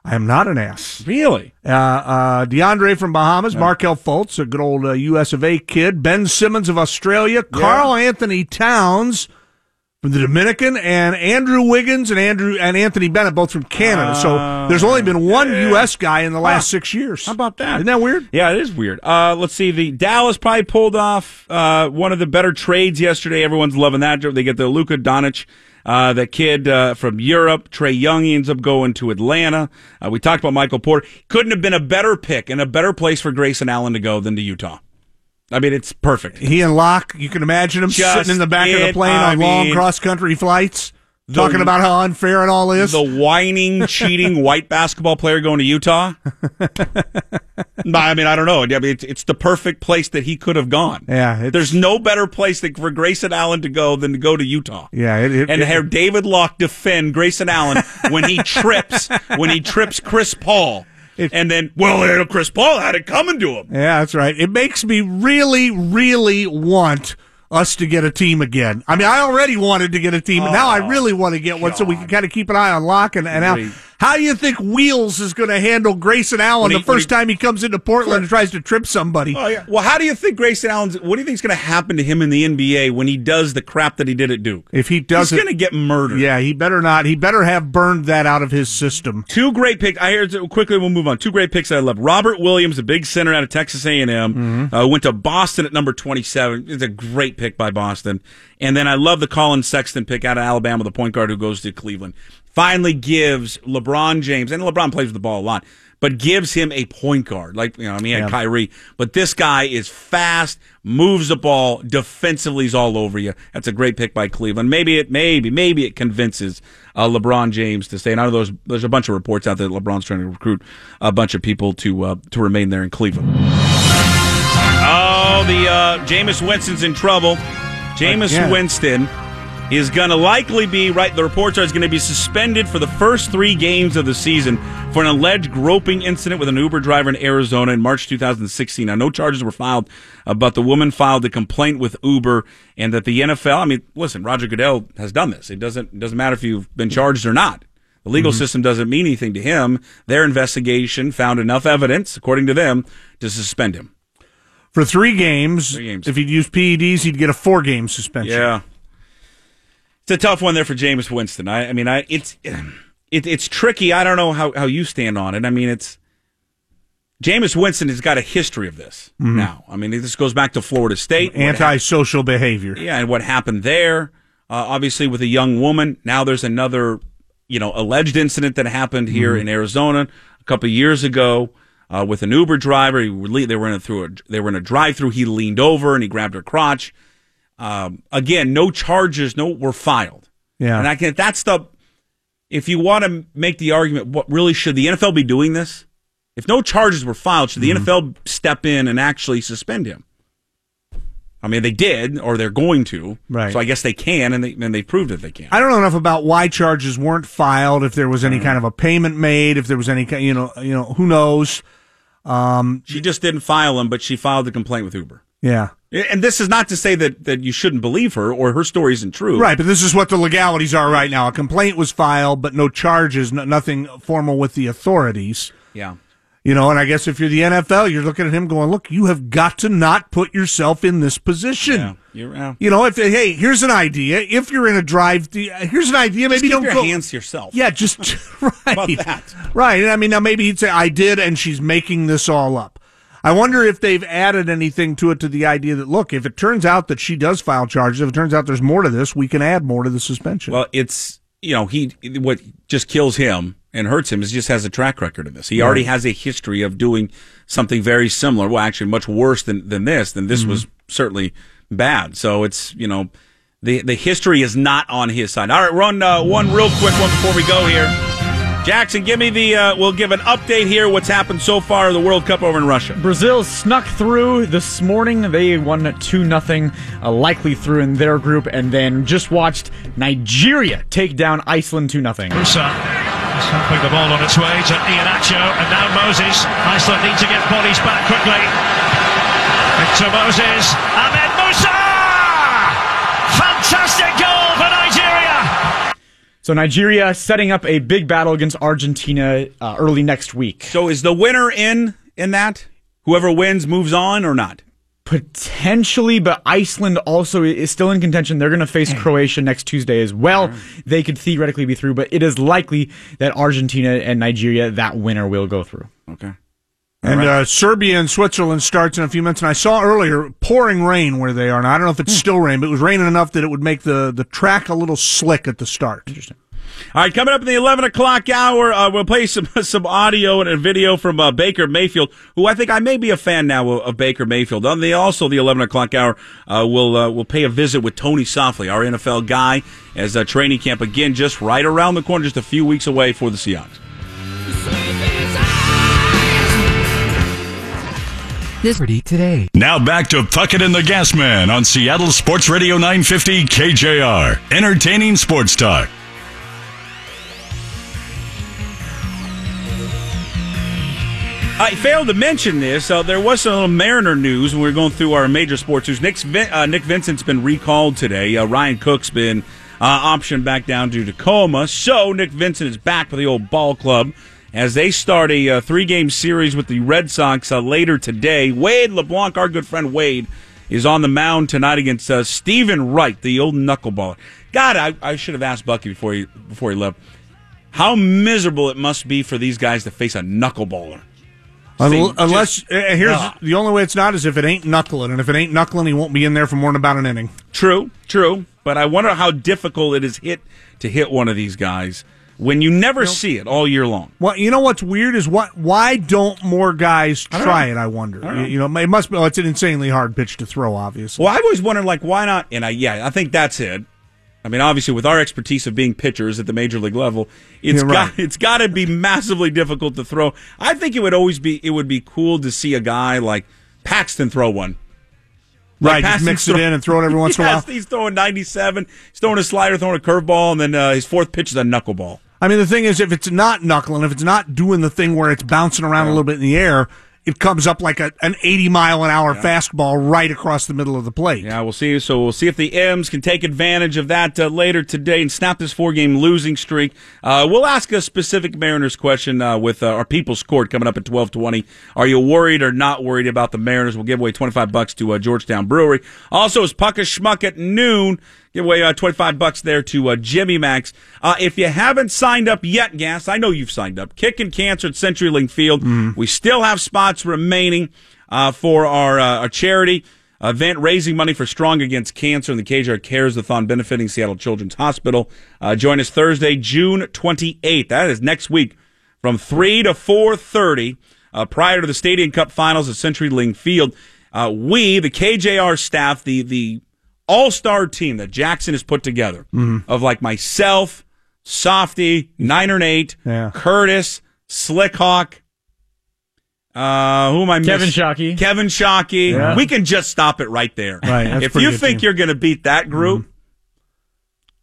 S3: I am not an ass.
S2: Really?
S3: Uh, uh, DeAndre from Bahamas, Markel Fultz, a good old uh, U.S. of A. kid, Ben Simmons of Australia, Carl Anthony Towns from the Dominican, and Andrew Wiggins and Andrew and Anthony Bennett, both from Canada. so there's only been one U.S. guy in the last six years.
S2: How about that?
S3: Isn't Ah, that weird?
S2: Yeah, it is weird. Uh, let's see. The Dallas probably pulled off uh, one of the better trades yesterday. Everyone's loving that. They get the Luka Doncic, uh, the kid uh, from Europe. Trey Young he ends up going to Atlanta. Uh, we talked about Michael Porter. Couldn't have been a better pick and a better place for Grayson Allen to go than to Utah. I mean, it's perfect.
S3: He and Locke, you can imagine him
S2: Just
S3: sitting in the back of the
S2: it,
S3: plane
S2: I
S3: on long
S2: mean-
S3: cross country flights, talking about how unfair it all is.
S2: The whining, cheating white basketball player going to Utah. No, I mean, I don't know. I mean, it's, it's the perfect place that he could have gone.
S3: Yeah, it's-
S2: there's no better place that, for Grayson Allen to go than to go to Utah.
S3: yeah, it, it,
S2: and
S3: it-
S2: have David Locke defend Grayson Allen when he trips when he trips Chris Paul,
S3: It-
S2: and then well, you know, Chris Paul had it coming to him.
S3: Yeah, that's right. It makes me really, really want us to get a team again. I mean, I already wanted to get a team, and now I really want to get one so we can kind of keep an eye on Locke and, and Al.
S2: Oh, Great.
S3: How do you think Wheels is going to handle Grayson Allen
S2: When he-
S3: the first
S2: when
S3: time he comes into Portland and tries to trip somebody?
S2: Oh, yeah. Well, how do you think Grayson Allen's? What do you think's going to happen to him in the NBA when he does the crap that he did at Duke?
S3: If he doesn't,
S2: he's going to get murdered.
S3: yeah, he better not. He better have burned that out of his system.
S2: Two great picks. I hear quickly. We'll move on. Two great picks that I love. Robert Williams, a big center out of Texas A and M, uh, went to Boston at number twenty-seven. It's a great pick by Boston. And then I love the Colin Sexton pick out of Alabama, the point guard who goes to Cleveland. Finally gives LeBron James, and LeBron plays with the ball a lot, but gives him a point guard. Like you know, I mean, he had Kyrie, but this guy is fast, moves the ball, defensively is all over you. That's a great pick by Cleveland. Maybe it, maybe, maybe it convinces uh, LeBron James to stay. And I know there's there's a bunch of reports out there that LeBron's trying to recruit a bunch of people to uh, to remain there in Cleveland. Oh, the uh, Jameis Winston's in trouble. Jameis
S3: Again.
S2: Winston is going to likely be right. The reports are he's going to be suspended for the first three games of the season for an alleged groping incident with an Uber driver in Arizona in March 2016. Now, no charges were filed, uh, but the woman filed a complaint with Uber, and that the NFL. I mean, listen, Roger Goodell has done this. It doesn't it doesn't matter if you've been charged or not. The legal system doesn't mean anything to him. Their investigation found enough evidence, according to them, to suspend him.
S3: For three games,
S2: Three games.
S3: if he'd used PEDs, he'd E get a four game suspension.
S2: Yeah. It's a tough one there for Jameis Winston. I, I mean, I it's it, it's tricky. I don't know how, how you stand on it. I mean, it's Jameis Winston has got a history of this now. I mean, this goes back to Florida State. what happened-
S3: Antisocial behavior.
S2: yeah, and what happened there? Uh, obviously, with a young woman. Now there's another you know, alleged incident that happened here in Arizona a couple of years ago uh, with an Uber driver. He le- they were in a, through a, they were in a drive-through. He leaned over and he grabbed her crotch. Um, again, no charges, no were filed.
S3: Yeah.
S2: and I can that's the if you want to make the argument, what really should the NFL be doing this? If no charges were filed, should the
S3: Mm-hmm.
S2: NFL step in and actually suspend him? I mean, they did, or they're going to.
S3: Right.
S2: So I guess they can, and they and they proved that they can.
S3: I don't know enough about why charges weren't filed, if there was
S2: Mm.
S3: any kind of a payment made, if there was any kind, you know, you know, who knows?
S2: She just didn't file them, but she filed the complaint with Uber.
S3: Yeah,
S2: And this is not to say that, that you shouldn't believe her or her story isn't true.
S3: right. But this is what the legalities are right now. A complaint was filed, but no charges, no, nothing formal with the authorities.
S2: Yeah.
S3: You know, and I guess if you're the NFL, you're looking at him going, "Look, you have got to not put yourself in this position."
S2: Yeah. You're, yeah.
S3: You know, if hey, here's an idea. If you're in a drive, here's an idea. Maybe
S2: Keep
S3: don't
S2: your
S3: go.
S2: hands to yourself.
S3: Yeah, just right.
S2: that?
S3: Right. And I mean, now maybe he'd say, I did, and she's making this all up. I wonder if they've added anything to it to the idea that, look, if it turns out that she does file charges, if it turns out there's more to this, we can add more to the suspension.
S2: Well, it's you know he what just kills him and hurts him is he just has a track record in this. He already has a history of doing something very similar. Well, actually, much worse than than this. Than this was certainly bad. So it's you know the the history is not on his side. All right, run uh, one real quick one before we go here. Jackson, give me the. Uh, we'll give an update here. What's happened so far? in The World Cup over in Russia.
S4: Brazil snuck through this morning. They won 2 nothing, uh, likely through in their group, and then just watched Nigeria take down Iceland 2 nothing.
S8: Musa is helping the ball on its way to Iheanacho, and now Moses. Iceland need to get bodies back quickly. Into Moses. Ahmed Musa! Fantastic goal for Nigeria!
S4: So Nigeria setting up a big battle against Argentina uh, early next week.
S2: So is the winner in in that? Whoever wins moves on or not?
S4: Potentially, but Iceland also i- is still in contention. They're going to face Croatia next Tuesday as well. They could theoretically be through, but it is likely that Argentina and Nigeria, that winner, will go through.
S2: Okay.
S3: and uh, Serbia and Switzerland starts in a few minutes. And I saw earlier pouring rain where they are. And I don't know if
S2: Hmm.
S3: it's still rain, but it was raining enough that it would make the, the track a little slick at the start. Interesting.
S2: All right, coming up in the 11 o'clock hour, uh, we'll play some some audio and a video from uh, Baker Mayfield, who I think I may be a fan now of, of Baker Mayfield. On the also the 11 o'clock hour, uh, we'll uh, we'll pay a visit with Tony Softly, our NFL guy, as uh, training camp again just right around the corner, just a few weeks away for the Seahawks.
S9: This today.
S5: Now back to Puckett and the Gasman on Seattle Sports Radio 950 KJR. Entertaining sports talk.
S2: I failed to mention this. Uh, there was some little Mariner news when we were going through our major sports news. Nick's Vin- uh, Nick Vincent's been recalled today. Uh, Ryan Cook's been uh, optioned back down due to coma. So Nick Vincent is back with the old ball club as they start a uh, three game series with the Red Sox uh, later today. Wade LeBlanc, our good friend Wade, is on the mound tonight against uh, Stephen Wright, the old knuckleballer. God, I, I should have asked Bucky before he before he left how miserable it must be for these guys to face a knuckleballer. See,
S3: unless,
S2: just-
S3: uh, here's
S2: Ugh.
S3: the only way it's not is if it ain't knuckling. And if it ain't knuckling, he won't be in there for more than about an inning.
S2: True, true. But I wonder how difficult it is hit to hit one of these guys when you never see it all year long.
S3: Well, you know what's weird is what? Why don't more guys try it? I wonder. you, you know, it must be. Well, it's an insanely hard pitch to throw, obviously.
S2: Well, I've always wondered, like, why not? And I, yeah, I think that's it. I mean, obviously, with our expertise of being pitchers at the major league level, it's
S3: Yeah,
S2: got
S3: right.
S2: it's got to be massively difficult to throw. I think it would always be it would be cool to see a guy like Paxton throw one.
S3: right, just
S2: Paxton's
S3: mix it
S2: throw-
S3: in and throw it every once in a
S2: yes,
S3: while.
S2: he's throwing ninety-seven. He's throwing a slider, throwing a curveball, and then uh, his fourth pitch is a knuckleball.
S3: I mean, the thing is, if it's not knuckling, if it's not doing the thing where it's bouncing around a little bit in the air, it comes up like a, an eighty mile an hour fastball right across the middle of the plate.
S2: Yeah, we'll see. So we'll see if the M's can take advantage of that uh, later today and snap this four-game losing streak. Uh, we'll ask a specific Mariners question uh, with uh, our People's Court coming up at twelve twenty. Are you worried or not worried about the Mariners? We'll give away twenty-five bucks to uh, Georgetown Brewery. Also, it's Pucka Schmuck at noon. Give away uh, twenty-five bucks there to uh, Jimmy Max. Uh, if you haven't signed up yet, Gas, I know you've signed up. Kicking cancer at CenturyLink Field. We still have spots remaining uh, for our, uh, our charity. Uh, event raising money for Strong Against Cancer and the KJR Cares Thon benefiting Seattle Children's Hospital. Uh, join us Thursday, June 28th. That is next week from 3 to 4.30 uh, prior to the Stadium Cup Finals at CenturyLink Field. Uh, we, the KJR staff, the, the all-star team that Jackson has put together of like myself, Softy, Nine and Eight,
S3: Yeah.
S2: Curtis, Slickhawk, uh, who am I
S4: Kevin
S2: missing?
S4: Shockey.
S2: Kevin Shockey. We can just stop it right there.
S3: Right, that's a
S2: if
S3: pretty
S2: you
S3: good
S2: think
S3: team.
S2: you're going to beat that group,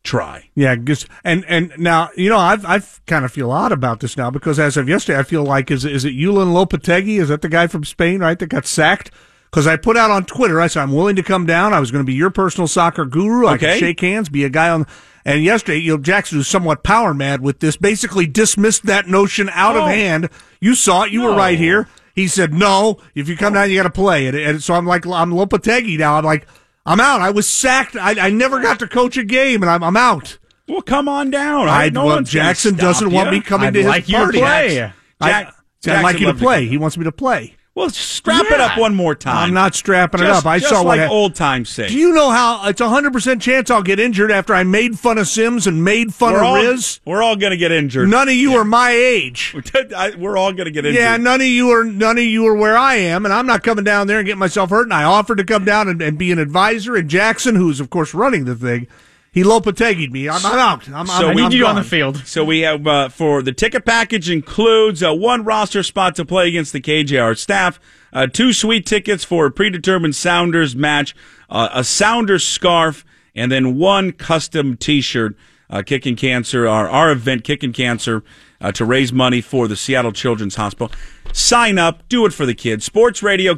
S2: try.
S3: Yeah, just and and now you know I've I've kind of feel odd about this now because as of yesterday I feel like is is it Yulan Lopetegui is that the guy from Spain right that got sacked because I put out on Twitter I said I'm willing to come down I was going to be your personal soccer guru I
S2: Okay.
S3: could shake hands be a guy on and yesterday you know Jackson who's somewhat power mad with this basically dismissed that notion out
S2: Oh.
S3: of hand you saw it you were right here he said no if you come down you got to play and, and so I'm like I'm Lopetegui now I'm like. I'm out. I was sacked. I, I never got to coach a game, and I'm, I'm out.
S2: Well, come on down.
S3: I
S2: no
S3: well,
S2: one's gonna
S3: Jackson
S2: stop
S3: doesn't want
S2: you.
S3: me coming
S4: I'd
S3: to his
S4: like you to
S3: party.
S4: play.
S3: Jack-
S2: Jack-
S3: I, would
S2: Jackson
S3: like you to
S2: loved the
S3: play.
S2: game.
S3: He wants me to play.
S2: Well, strap it up
S4: Yeah.
S2: one more time.
S3: I'm not strapping it
S2: Just-
S3: up. I
S2: just
S3: saw what
S2: like
S3: hap-
S2: old times say.
S3: Do you know how it's a hundred percent chance I'll get injured after I made fun of Sims and made fun
S2: we're
S3: of
S2: all,
S3: Riz?
S2: We're all going to get injured.
S3: None of you are my age.
S2: I- we're all going to get injured.
S3: Yeah, none of you are none of you are where I am, and I'm not coming down there and getting myself hurt. And I offered to come down and, and be an advisor. And Jackson, who's of course running the thing, he lopetegued me. I'm, I'm out. I'm,
S2: So
S3: I'm,
S2: we
S3: I'm
S4: need you on
S3: gone.
S4: the field.
S2: So we have uh, for the ticket package includes uh, one roster spot to play against the KJR staff, uh, two sweet tickets for a predetermined Sounders match, uh, a Sounders scarf, and then one custom T-shirt. Uh, Kicking Cancer, our our event, Kicking Cancer, uh, to raise money for the Seattle Children's Hospital. Sign up, do it for the kids.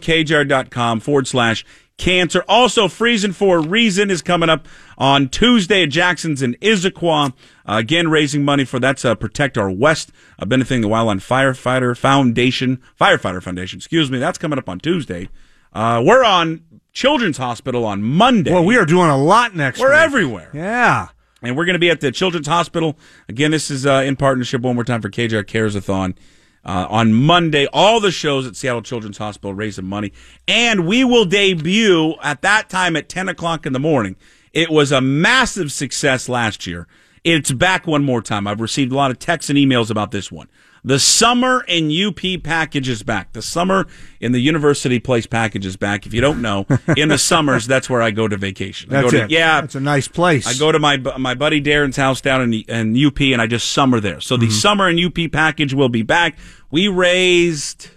S2: SportsRadioKJR.com forward slash cancer. Also, Freezing for a Reason is coming up on Tuesday at Jackson's in Issaquah. Uh, again, raising money for that's uh, Protect Our West, uh, benefiting the Wildland Firefighter Foundation, Firefighter Foundation, excuse me. That's coming up on Tuesday. Uh, we're on Children's Hospital on Monday.
S3: Well, we are doing a lot next.
S2: we're
S3: week.
S2: everywhere.
S3: Yeah.
S2: And we're going to be at the Children's Hospital. Again, this is uh, in partnership one more time for KJR Cares-a-thon. Uh, on Monday, all the shows at Seattle Children's Hospital raising money. And we will debut at that time at 10 o'clock in the morning. It was a massive success last year. It's back one more time. I've received a lot of texts and emails about this one. The summer in UP package is back. The summer in the University Place package is back. If you don't know, in the summers, that's where I go to vacation. I
S3: That's
S2: go to,
S3: it.
S2: Yeah,
S3: That's a nice place.
S2: I go to my bu- my buddy Darren's house down in, in UP, and I just summer there. So the summer in UP package will be back. We raised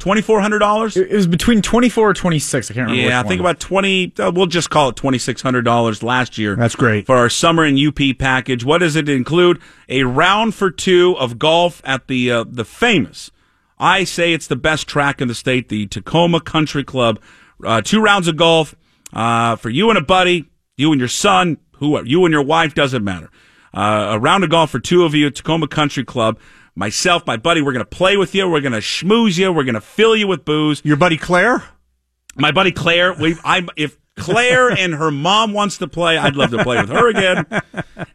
S2: twenty four hundred dollars.
S4: It was between 24 or 26. I can't remember.
S2: Yeah, I
S4: which
S2: think
S4: one.
S2: about twenty. Uh, we'll just call it twenty six hundred dollars last year.
S3: That's great.
S2: for our summer in UP package. What does it include? A round for two of golf at the uh, the famous. I say it's the best track in the state, the Tacoma Country Club. Uh, two rounds of golf uh, for you and a buddy, you and your son, whoever, you and your wife doesn't matter. Uh, a round of golf for two of you at Tacoma Country Club. Myself, my buddy, we're going to play with you. We're going to schmooze you. We're going to fill you with booze
S3: Your buddy Claire?
S2: my buddy Claire. We, I'm if Claire and her mom wants to play, I'd love to play with her again. Uh,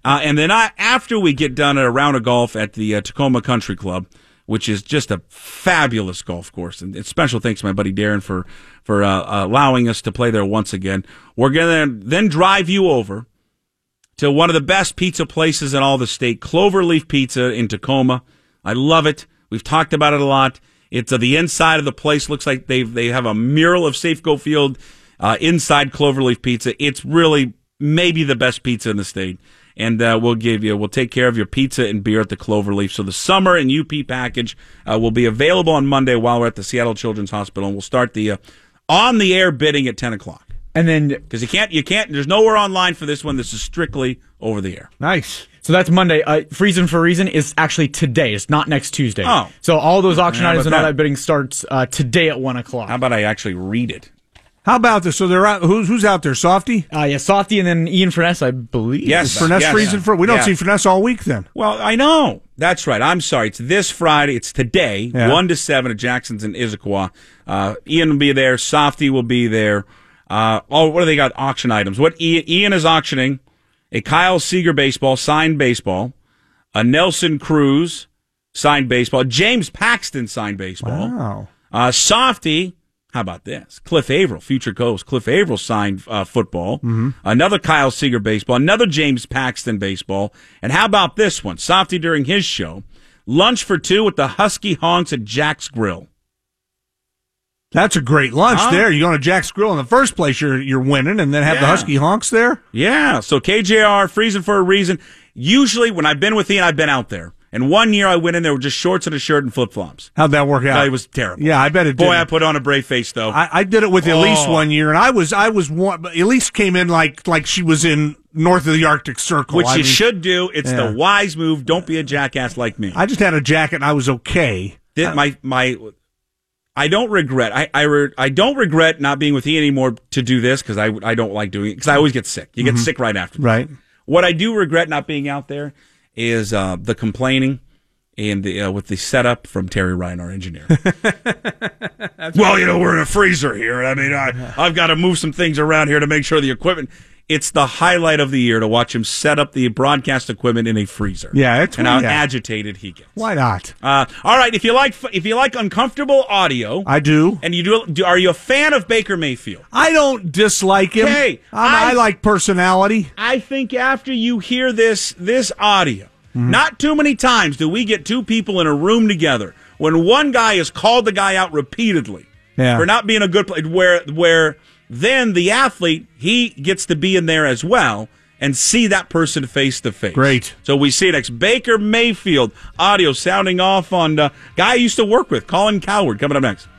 S2: and then I, after we get done at a round of golf at the uh, Tacoma Country Club, which is just a fabulous golf course, and, and special thanks to my buddy Darren for for uh, allowing us to play there once again. We're gonna then drive you over to one of the best pizza places in all the state, Cloverleaf Pizza in Tacoma. I love it. We've talked about it a lot. It's uh, the inside of the place looks like they they have a mural of Safeco Field uh, inside Cloverleaf Pizza. It's really maybe the best pizza in the state, and uh, we'll give you we'll take care of your pizza and beer at the Cloverleaf. So the summer and UP package uh, will be available on Monday while we're at the Seattle Children's Hospital, and we'll start the uh, on the air bidding at ten o'clock
S4: And then,
S2: because you can't you can't there's nowhere online for this one this is strictly over the air
S3: Nice.
S4: so that's Monday. Uh, Freezing for Reason is actually today. It's not next Tuesday.
S2: Oh.
S4: So all those auction
S2: How
S4: items
S2: about
S4: and all
S2: that?
S4: that bidding starts uh, today at 1 o'clock.
S2: how about i actually read it
S3: How about this? So they're out. Who's who's out there? Softy.
S4: Uh, yeah, Softy and then Ian Furness, I believe.
S2: Yes.
S3: Finesse
S2: Yes.
S3: freezing for. We don't
S2: Yeah.
S3: see finesse all week. Then
S2: well i know that's right i'm sorry it's this friday it's today
S3: Yeah.
S2: 1 to 7 at jackson's in issaquah uh, ian will be there softy will be there uh, oh what do they got auction items what ian, ian is auctioning a kyle seager baseball signed baseball a nelson cruz signed baseball james paxton signed baseball
S3: wow,
S2: Uh, Softy How about this? Cliff Averill, future coach Cliff Averill signed uh, football.
S3: Mm-hmm.
S2: Another Kyle Seager baseball. Another James Paxton baseball. And how about this one? Softy during his show, lunch for two with the Husky Honks at Jack's Grill.
S3: That's a great lunch
S2: Huh?
S3: there. You go to Jack's Grill in the first place, you're you're winning, and then have the
S2: Yeah.
S3: Husky honks there.
S2: Yeah. So KJR freezing for a reason. Usually when I've been with Ian, I've been out there. And one year I went in there with just shorts and a shirt and flip flops.
S3: How'd that work out?
S2: It was terrible.
S3: Yeah, I bet it.
S2: Boy,
S3: did.
S2: I put on a brave face though.
S3: I, I did it with Elise
S2: Oh.
S3: one year, and I was I was one. but Elise came in like like she was in north of the Arctic Circle,
S2: which
S3: Oh, I
S2: you
S3: mean,
S2: should do. It's
S3: yeah.
S2: the wise move. Don't be a jackass like me.
S3: I just had a jacket, and I was okay.
S2: Did my my I don't regret. I I, re, I don't regret not being with you anymore to do this because I I don't like doing it because I always get sick. You get sick right after.
S3: Mm-hmm. Right.
S2: What I do regret not being out there is uh, the complaining and the, uh, with the setup from Terry Ryan, our engineer. well, you know we're in a freezer here. I mean, I I've got to move some things around here to make sure the equipment. It's the highlight of the year to watch him set up the broadcast equipment in a freezer.
S3: Yeah, it's-
S2: and how
S3: yeah.
S2: agitated he gets.
S3: Why not?
S2: Uh, all right, if you like if you like uncomfortable audio,
S3: I do.
S2: and you do, do are you a fan of Baker Mayfield?
S3: I don't dislike him. Um,
S2: Hey,
S3: I, I
S2: I-
S3: like personality.
S2: I think after you hear this this audio,
S3: Mm-hmm.
S2: not too many times do we get two people in a room together when one guy has called the guy out repeatedly
S3: Yeah.
S2: for not being a good player. Where where then the athlete he gets to be in there as well and see that person face to face.
S3: Great.
S2: So we see next Baker Mayfield audio sounding off on uh, guy I used to work with, Colin Coward, coming up next.